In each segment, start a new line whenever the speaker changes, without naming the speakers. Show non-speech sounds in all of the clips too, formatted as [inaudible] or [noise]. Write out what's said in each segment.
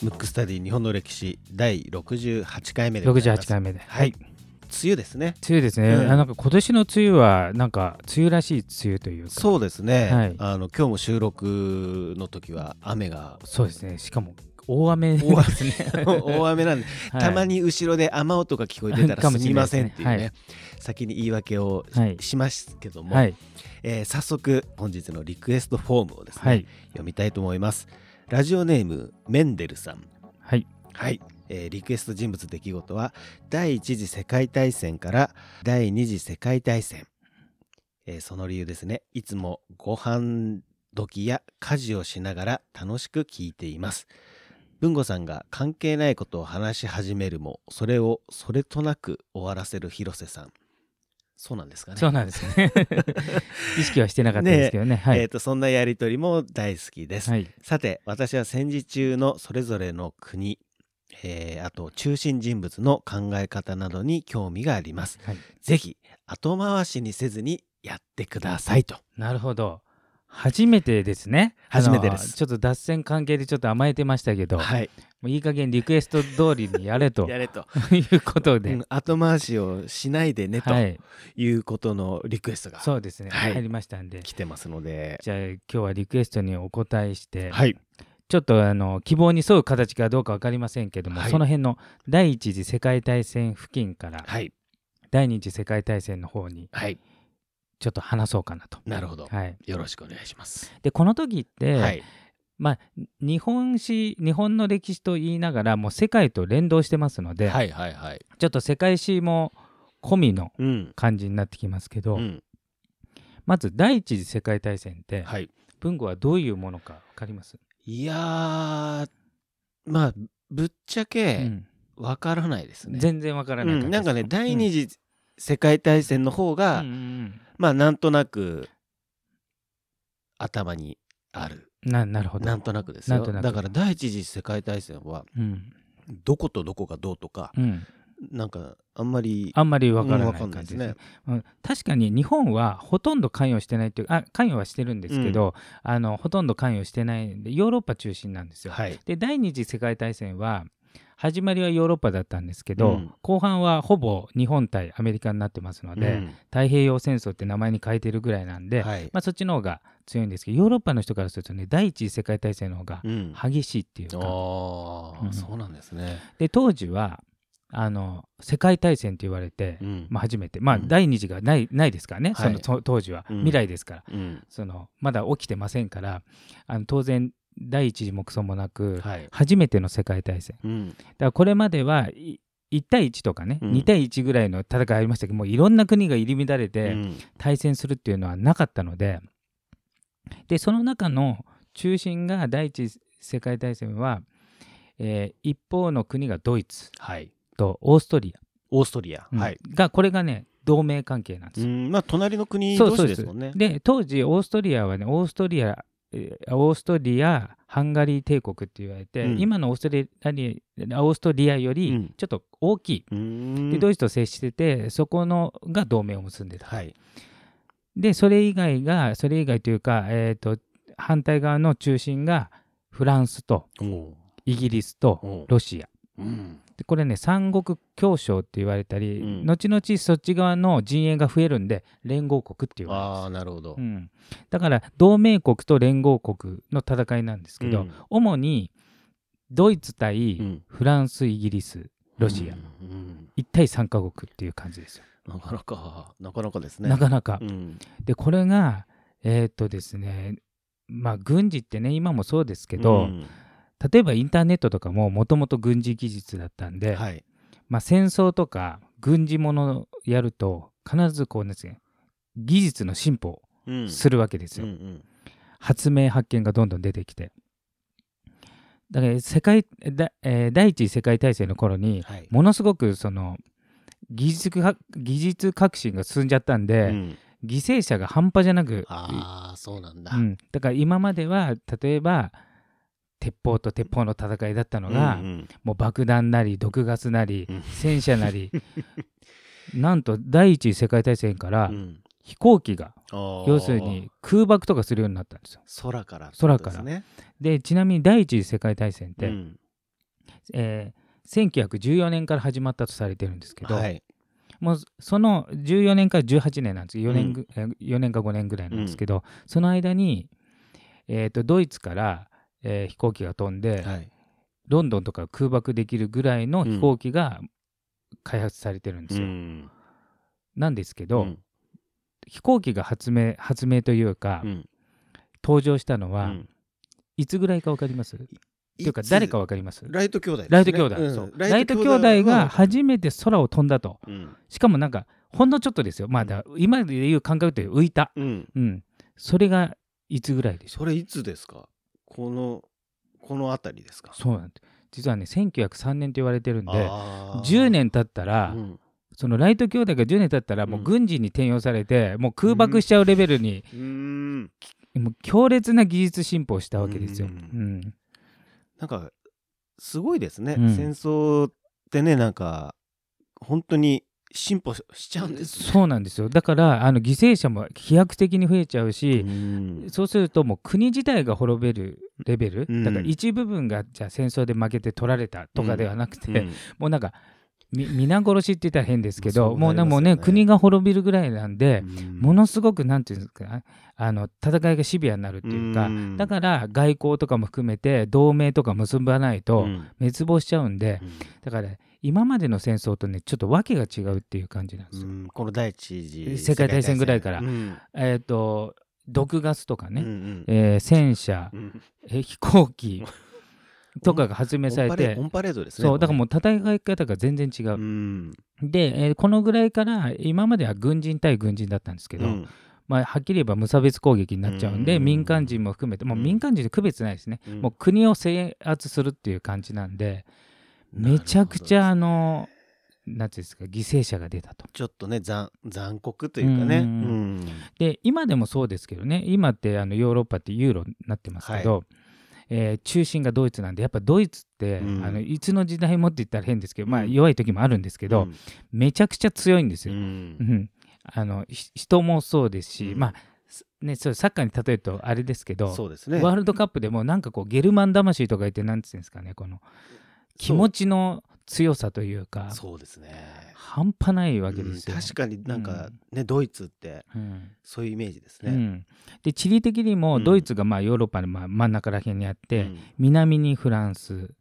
ムックスタディ日本の歴史第68回目でございます
68回目で。
はい。梅雨ですね
梅雨ですね、
うん
あなんか今年の梅雨は、なんか梅雨らしい梅雨というか、
そうですね、
はい
あの今日も収録の時は雨が
そうですね、しかも大雨です
大雨
ね。
[laughs] 大雨なんで、
[laughs] はい
たまに後ろで雨音が聞こえてたら
[laughs] か
す
もし
み
れな
ま
いです
せん
ね
っていうね先に言い訳をし,、
はい
ますけども、
はい、
えー早速本日のリクエストフォームをですね、
はい、
読みたいと思いますラジオネームメンデルさん
はい、
はい、えーリクエスト人物出来事は第一次世界大戦から第二次世界大戦、えーその理由ですねいつもご飯時や家事をしながら楽しく聞いています文吾さんが関係ないことを話し始めるもそれをそれとなく終わらせる広瀬さんそうなんですかね
そうなんですね。 [laughs] 意識はしてなかったですけどね。はい、
えーとそんなやりとりも大好きです、
はい、
さて私は戦時中のそれぞれの国、えーあと中心人物の考え方などに興味があります
はい。
ぜひ後回しにせずにやってくださいと
なるほど。初めてですね。
初めてです
あのちょっと脱線関係でちょっと甘えてましたけど、い、
はい
もういい加減リクエスト通りにやれ
[laughs]
と
やれと、
いうこと
う
で
ん、後回しをしないでねと
はい、
いうことのリクエストが
そうですね、
はい
入りましたんで、
来てますので、
じゃあ今日はリクエストにお答えして、
はい
ちょっとあの希望に沿う形かどうか分かりませんけども、
はい
その辺の第一次世界大戦付近から
はい
第二次世界大戦の方に
はい
ちょっと話そうかなと。
なるほど、
はい、
よろしくお願いします、
でこの時って、
はい
まあ、日本史日本の歴史と言いながらもう世界と連動してますので、
はいはいはい
ちょっと世界史も込みの
うん
感じになってきますけど、
うん
まず第一次世界大戦って、
はい
文語はどういうものか分かります、
いやーまあぶっちゃ
う
け
ん
わからないですね、
全然分からない、
うん、なんかね第二次世界大戦の方が、
うんうん
まあなんとなく頭にある
うんななるほど
なんとなくですよ
なんとなく
だから第一次世界大戦は
うん
どことどこがどうとか、
うん、
なんかあんまり
あんまりわから
う
なん
わ
い
かん
感
ないで
じ
す
です
ね
ね。うん確かに日本はほとんど関与してないというあ関与はしてるんですけど、あのほとんど関与してないんでヨーロッパ中心なんですよ。
はい
で第二次世界大戦は始まりはヨーロッパだったんですけど、
うん
後半はほぼ日本対アメリカになってますので、
うん
太平洋戦争って名前に変えてるぐらいなんで、
はい
まあ、そっちの方が強いんですけどヨーロッパの人からするとね第一次世界大戦の方が
うんあ
激しいっていうか、
ー、
うん
そうなんですね、
で当時はあの世界大戦って言われて、
うん
まあ、初めて、まあ、
うん
第二次がない,、ないですからね、
はい
そのと当時は、
うん
未来ですから
うん
その、まだ起きてませんから、あの当然、第一次もクソもなく、
はい
初めての世界大戦、
うん
だからこれまではい1対1とかね、
うん
2対1ぐらいの戦いありましたけど、もういろんな国が入り乱れ
う
て
ん
対戦するっていうのはなかったので、でその中の中心が第一次世界大戦は、えー一方の国がドイツ
はい
とオーストリア。
オーストリア、
うん
はい、
がこれがね同盟関係なんです
う
よ。
ん、まあ隣の国同士ですもんね
で当時オーストリアはねオーストリアえーオーストリアハンガリー帝国って言われて、
うん
今のオーストリアにオーストリアよ
う
り
ん
ちょっと大きい、
うん
でドイツと接しててそこのが同盟を結んでた、
はい
でそれ以外がそれ以外というか、えー、と反対側の中心がフランスと
おう
イギリスと
おう
ロシア
うん
でこれね三国協商って言われたり、
うん
後々そっち側の陣営が増えるんで連合国って言われます
ああなるほど、
うん、だから同盟国と連合国の戦いなんですけど、
うん
主にドイツ対
うん
フランスイギリスロシア、
うんうん
1対3カ国っていう感じですよ、
なかなかなかなかですね
なかなか。
うん
でこれがえーっとですねまあ軍事ってね今もそうですけど、
うん
例えばインターネットとかももともと軍事技術だったんで、
はい
まあ、戦争とか軍事ものをやると必ずこうですね技術の進歩
うん
をするわけですよ。
うんうん
発明発見がどんどん出てきてだから世界だ、えー第一次世界大戦の頃に
はい
ものすごくその技術が技術革新が進んじゃったんで、
うん
犠牲者が半端じゃなく、
ああそうなんだ
うん、だから今までは例えば鉄砲と鉄砲の戦いだったの
う
が、
ん
もう爆弾なり毒ガスなり、 [laughs]
うん
戦車なりなんと第一次世界大戦から
うん
飛行機が要
要
するに空爆とかするようになったんですよ。
空から
空から
ね、
でちなみに第一次世界大戦って、
うん
えー1914年から始まったとされてるんですけど、
はい
もうその14年から18年なんです4年ぐ、えー4年か5年ぐらいなんですけど、その間に、えー、とドイツから、えー飛行機が飛んで、
はい
ロンドンとか空爆できるぐらいの飛行機が開発されてるんですよ。
ん
なんですけど、
うん
飛行機が発明発明というか、
うん
登場したのは、
うん
いつぐらいか分かりますっていうか
つ
誰か分かります
ライト兄弟ですね、
ライト兄弟、
うん
そうライト兄弟が初めて空を飛んだと
うん
しかもなんかほんのちょっとですよまあだ今でいう感覚という浮いた、
うん
うん、それがいつぐらいでしょ
それいつですかこのこの辺りですか
うそうなんです実はね1903年と言われてるんで
あー
10年経ったら、
うん
そのライト兄弟が10年経ったらもう軍事に転用されて、もう空爆しちゃうレベルに、
うーん
もう強烈な技術進歩したわけですよ。
う
うんん
なんかすごいですね、
うん
戦争ってねなんか本当に進歩ししちゃうんですね
そうなんですよだからあの犠牲者も飛躍的に増えちゃうし、
うん
そうするともう国自体が滅べるレベル、
うん
だから一部分がじゃあ戦争で負けて取られたとかではなくて、
うん
もうなんかみ皆殺しって言ったら変ですけど
そう
もうなもう
なりますよ
ね
ね
国が滅びるぐらいなんで、
うん
ものすごくなんていうんですかあの戦いがシビアになるっていうか、
うん
だから外交とかも含めて同盟とか結ばないと
うん
滅亡しちゃうんで、だから今までの戦争とねちょっと訳が違うっていう感じなんですよ。
うんこの第一次
世界大戦ぐらいから
うんうん
えっ、と毒ガスとか
う
ね、
ん
えー戦車、
うん
えー飛行
[laughs]
機とかが発明されて
オンパレードオンパレードですね
そうだから
も
もう戦い方が全然違
うね
う、
うん
で、えーこのぐらいから今までは軍人対軍人だったんですけど、
うん
まあ、はっきり言えば無差別攻撃になっちゃうんで、
うん
民間人も含めてもう
うん
民間人で区別ないですね、
うん
もう国を制圧するっていう感じなんでめちゃくちゃあ
なるほど
のなんていうんですか犠牲者が出たと。
ちょっとね残残酷というかね
う
うんん
で今でもそうですけどね今ってあのヨーロッパってユーロになってますけど、えー中心がドイツなんでやっぱドイツって、
うん
あのいつの時代もって言ったら変ですけど、まあ、
うん
弱い時もあるんですけど、
うん
めちゃくちゃ強いんです
う
よ。うんんあのひ人もそうですし、
うん
まあすね、そうサッカーに例えるとあれですけど、
そうですね
ワールドカップでもなんかこうゲルマン魂とか言ってなんて言うんですかねこの気持ちの強さというか
そうですね
半端ないわけですよ。
うん確かになんかね、ドイツって
うん
そういうイメージです
う
ね。
んで地理的にも
うん
ドイツがまあヨーロッパのまあ真ん中ら辺にあっ
う
て、
ん
南にフランス、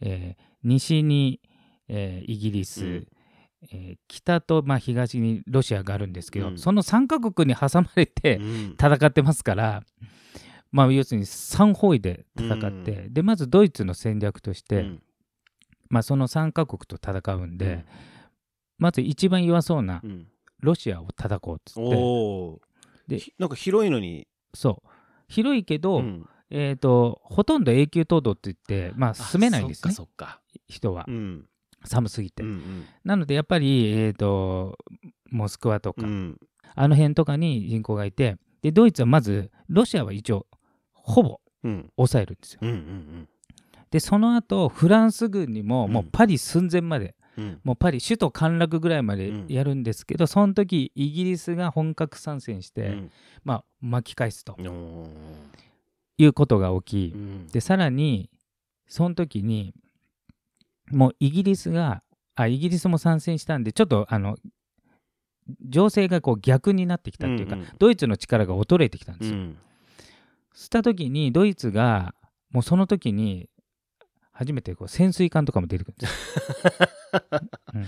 えー西に、えーイギリス、
うん
えー北とまあ東にロシアがあるんですけど、
うん
その3カ国に挟まれて
うん
戦ってますから、まあ、要するに3方位で戦って、でまずドイツの戦略として、
うん
まあ、その3カ国と戦うんで、まず一番弱そうな
うん
ロシアを叩こうっつって
おー
で
ひなんか広いのに、
そう広いけど、
うん
えー、とほとんど永久凍土って言って、まあ、
あ
住めないんですね
そっか
人は
そっか。うん
寒すぎて、
うんうん
なのでやっぱり、えー、とモスクワとか、
うん
あの辺とかに人口がいてでドイツはまずロシアは一応ほぼ
うん
抑えるんですよ
うんうん
でその後フランス軍にも
うん
もうパリ寸前まで、
うん
もうパリ首都陥落ぐらいまでやるんですけど、その時イギリスが本格参戦し
う
て、
ん
まあ、巻き返すと
うんお
いうことが起
ー
き、
うん
でさらにその時にもうイギリスがあイギリスも参戦したんでちょっとあの情勢がこう逆になってきたっていうか、
うんうん
ドイツの力が衰えてきたんで
う
すよ。
ん
した時にドイツがもうその時に初めてこう潜水艦とかも出てくるんです
[laughs]
よ。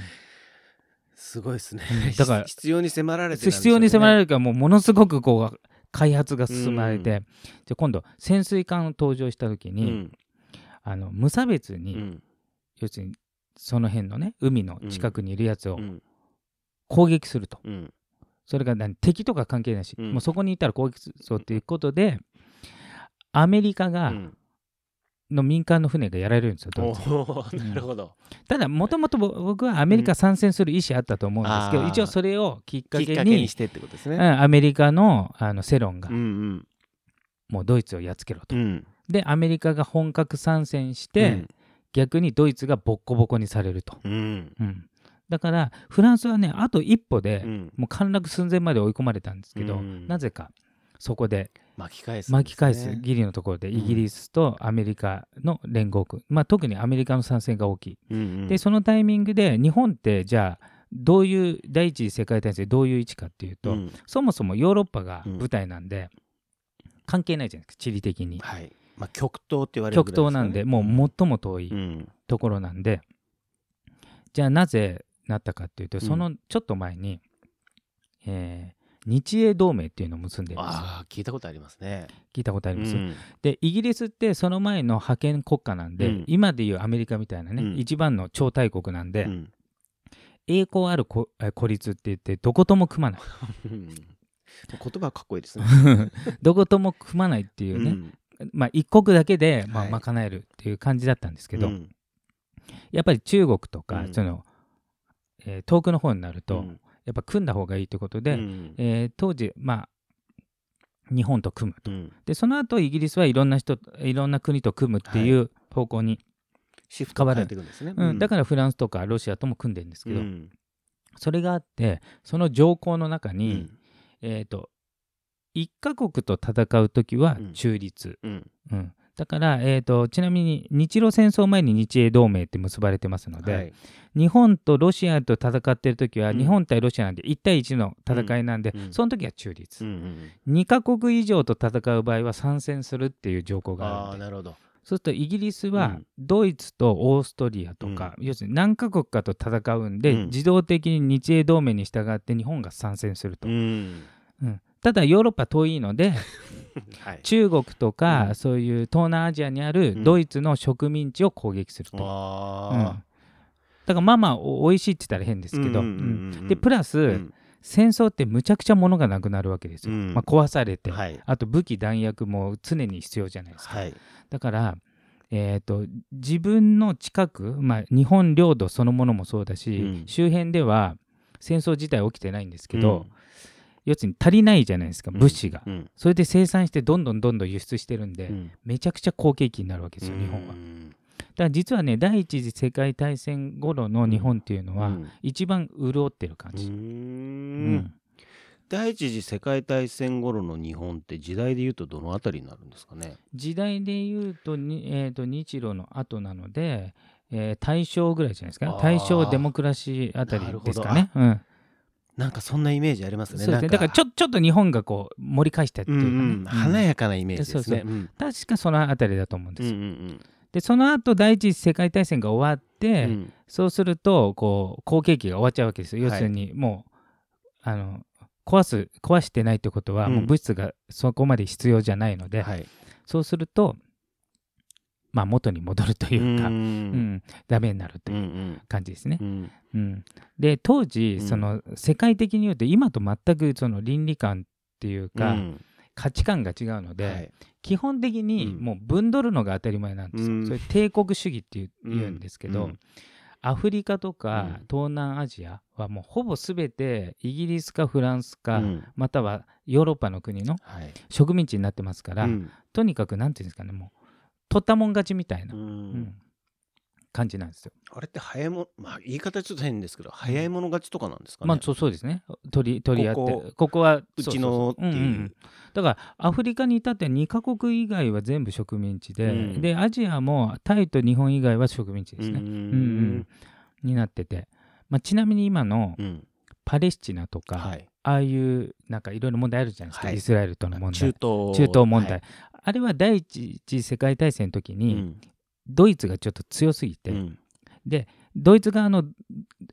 すごいですね
うんだから
ひ [laughs] 必要に迫ら
うん
れて
必要に迫られ
る
るからもうものすごくこう開発が進まれて、じゃあ今度潜水艦登場した時
う
に、
ん
あの無差別に、
うん
要するにその辺のね海の近くにいるやつを
うん
攻撃すると、
うん
それが何敵とか関係ないし、
うん
もうそこにいたら攻撃するぞっていうことでアメリカが、
うん
の民間の船がやられるんですよド
お
イツ
ー [laughs] なるほど
ただもともと僕はアメリカ参戦する意思あったと思うんですけ
う
ど、
んあー
一応それをきっか
きっ
け
かけ
に
にしてってことです
う
ね
んアメリカのあの世論が、
うん
もうドイツをやっつけろ
う
と、
んうん
でアメリカが本格参戦して、逆にドイツがボッコボコにされると、
うん
うん、だからフランスはねあと一歩
う
で
ん
もう陥落寸前まで追い込まれたんですけど、
うん
なぜかそこで
巻き返すんですね、
巻き返すギリのところ
う
で
ん
イギリスとアメリカの連合軍、まあ、特にアメリカの参戦が大きい、
うんうん
でそのタイミングで日本ってじゃあどういう第一次世界大戦どういう位置かっていうと、
うん
そもそもヨーロッパが舞台なんで、関係ないじゃないですか地理的に、
はいまあ、極東って言われる
極
ぐらい
東なんで、
すかね
もう最も遠い
うん
ところなんで、じゃあなぜなったかっていうと、
ん
そのちょっと前に、えー日英同盟っていうのを結んでいます
ああ聞いたことありますね。
聞いたことあります、
うん
でイギリスってその前の覇権国家なんで、
うん
今でいうアメリカみたいなね、
うん
一番の超大国なんで、
うん
栄光あるこえ孤立って言ってどことも組まない
う
[laughs]
ん言葉はかっこいいですね。
どことも組まないっていううね、
ん
まあ一国だけで、まあ、
はい
賄えるっていう感じだったんですけど、
うん
やっぱり中国とか、
うん
その、えー遠くの方になると、
うん
やっぱ組んだ方がいいということで、
うん
えー当時まあ日本と組む
うん
でその後イギリスはいろんな人いろんな国と組むっていう方向に、
シフトが変えていくんですね。
うんだかららフランスとかロシアとも組んでるんですけど、
うん
それがあってその条項の中
う
に、
ん
えっ、と一カ国と戦う時は
うん
中立、
うん
うんだから、えー、とちなみに日露戦争前に日英同盟って結ばれてますので、
はい
日本とロシアと戦ってる時は
うん
日本対ロシアなんで1対1の戦いなんで、
うん
その時は中立、
うんうん
2カ国以上と戦う場合は参戦するっていう条項が
ああ
あるんで
なるほど。
そうするとイギリス
う
は
ん
ドイツとオーストリアとか、要するに何カ国かと戦うんで、
うん
自動的に日英同盟に従って日本が参戦すると、
うん
うんただヨーロッパ遠い
[laughs]
ので
はい。
中国とか、
うん
そういう東南アジアにあ
うん
るドイツの植民地を攻撃すると、うんだ
あ
からまあまあおおいしいって言ったら変です
あ
けど、うんでプ
ラ
ラス、戦争ってむちゃくちゃ物がなくなるわけですよ、
うん
まあ、壊されて、
はい
あと武器弾薬も常に必要じゃないですか、
はい。
だから、えー、と自分の近く、まあ、日本領土そのものもそうだし、
うん
周辺では戦争自体起きてないんですけど、要するに足りないじゃないですか物資が、
うんうん
それで生産してどんどんどんどん輸出してるんで、
うん
めちゃくちゃ好景気になるわけですよ日本は、だから実はね第一次世界大戦頃の日本っていうのは、
うん
一番潤ってる感
う
じ、
ん第一次世界大戦頃の日本って時代で言うとどのあたりになるんですかね。
時代でいうとに、えー、と日露の後なので、えー大正ぐらいじゃないですか
あー
大正デモクラシーあたりですか
なる
ね。うん
なんかそんなイメージあります
そう
ね。
です
なん
ねだからちょちょっと日本がこう盛り返したって
う
い
ん
うかね、
うん、
うん
華やかなイメージですね。
そう
うん
確かそのあたりだと思うんで
うん
す
う
よ、
ん
でその後第一次世界大戦が終わって、
うん
そうするとこう好景気が終わっちゃうわけですよ要
はい
するにもう、あの壊す壊してないってことは、
うん
もう物質がそこまで必要じゃないので、
はい。
そうするとまあ元に戻るというか、うんん、ダメになると
うんう
いうん感じですね
う。ん
うんで当時、
うん
その世界的に言うと今と全くその倫理観っていうか、
うん
価値観が違うので、
はい
基本的に
うん
もう分取るのが当たり前なんですよ。
うん
それ帝国主義っていう,、
うん
言うんですけ
う
ど、
ん
アフリカとか
うん
東南アジアはもうほぼ全てイギリスかフランスか、
うん
またはヨーロッパの国の
はい
植民地になってますから、
うん
とにかくなんていうんですかねもう取ったもん勝ちみたいな、
う
うん
ん
感じなんですよ。
あれって早いもまあ言い方ちょっと変ですけど早い者勝ちとかなんですかね。
まあそうそうですね取り取り合って
こ
こ
こ
こは
う
そ
ち
そそ
のっていう。
んんだからアフリカに至っては2カ国以外は全部植民地で、
うん
でアジアもタイと日本以外は植民地ですね、
うん
うんうんになってて、まあ、ちなみに今の
うん
パレスチナとか、
はい。
ああいうなんかいろいろ問題あるじゃないですか、
はい
イスラエルとの問題
中東
中東問題、
はい
あれは第一次世界大戦の時
う
に、
ん
ドイツがちょっと強すぎて、
うん
ドイツ側の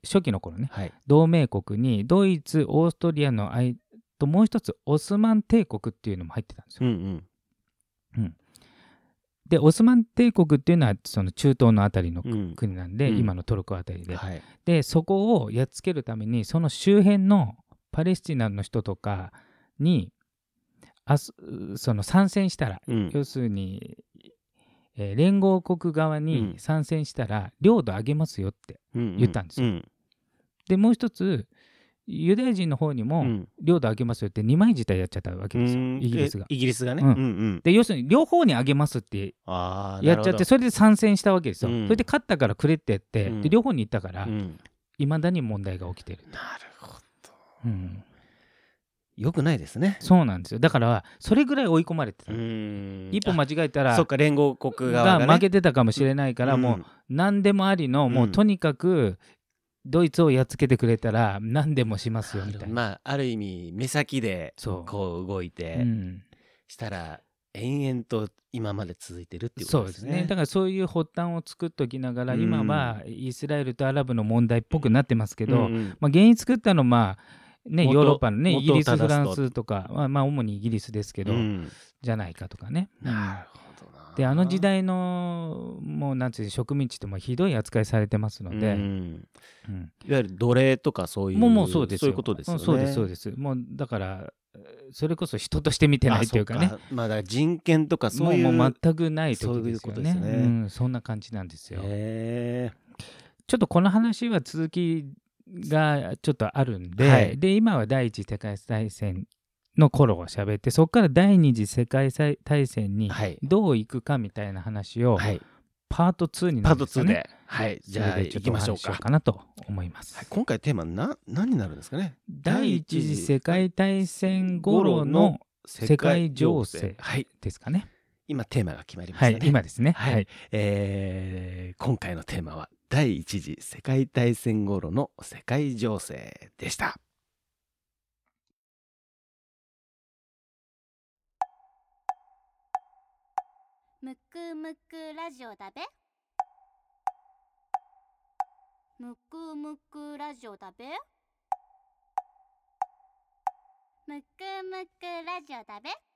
初期の頃ね
はい
同盟国にドイツオーストリアの間ともう一つオスマン帝国っていうのも入ってたんですよ。
うんうん
でオスマン帝国っていうのはその中東のあたりの
うん
国なんで、
うん
今のトルコあたりで、
はい
でそこをやっつけるためにその周辺のパレスチナの人とかにあすその参戦したら、
うん
要するに、えー連合国側に参戦したら領土あげますよって言ったんですよ
うん
でもう一つユダヤ人の方にも、
うん
領土あげますよって2枚自体やっちゃったわけですよ
うん
イギリスが
え。イギリスがね。
うん
うんうん
で要するに両方にあげますって
ああ
やっちゃってそれで参戦したわけですよ。
うん
それで勝ったからくれってやって、
うん
で両方に行ったから、
うん
いまだに問題が起きてる、
なるほど。
うん、
よくないですね。
そうなんですよだからそれぐらい追い込まれてた、
ん
一歩間違えたら
そっか連合国側
が
が,、ね、
負けてたかもしれないから、もう何でもありの、も
うん
うとにかくドイツをやっつけてくれたら何でもしますよみたいな。
まあある意味目先で
そう
こう動いて、
うん
したら延々と今まで続いてるっていうこ
そ
と
う
で
ですす
ね。
ねだからそういう発端を作っときながら、
うん
今はイスラエルとアラブの問題っぽくなってますけど、
うんうん
まあ、原因作ったのまあね、
元
ヨーロッパのねイ
元
ギ
を
リス
正すと
フランスとかは、まあ、主にイギリスですけど、
うん
じゃないかとかね。
なるほどな。
であの時代のもうなんていう植民地ってもうひどい扱いされてますので、
うん
うん
いわゆる奴隷とかそういう
もうもうそうです
そうい
よ
うことですよね。
んそうですそう
す。
ですもうだからえーそれこそ人として見てないというかね
あ。そっまあだから人権とかそういう
もうもう全くない時です
そういうこ
よ
とです
ね
よね
うん、そんな感じなんですよ、
へ
ちょっとこの話は続きがちょっとあるんで、
はい
で今は第一次世界大戦の頃を喋ってそこから第二次世界大戦
え
に
はい
どう行くかみたいな話を
はい
パート2に
パー
なるん
ト
ですか
2
ね、
で、はい、じ
それ
ゃあ
でち
行
ょ
き
っとお
ましょう
話しよ
か
う。かなと思います、
はい今回テーマな何になるんですかね。
第一次世界大戦頃の世界情勢
はい、
ですかね。
今テーマが決まりまし
は
た
い
ね。、
今ですね。
はいえー今回のテーマは第一次世界大戦頃の世界情勢でした。
むくむくラジオだべむくむくラジオだべむくむくラジオだべ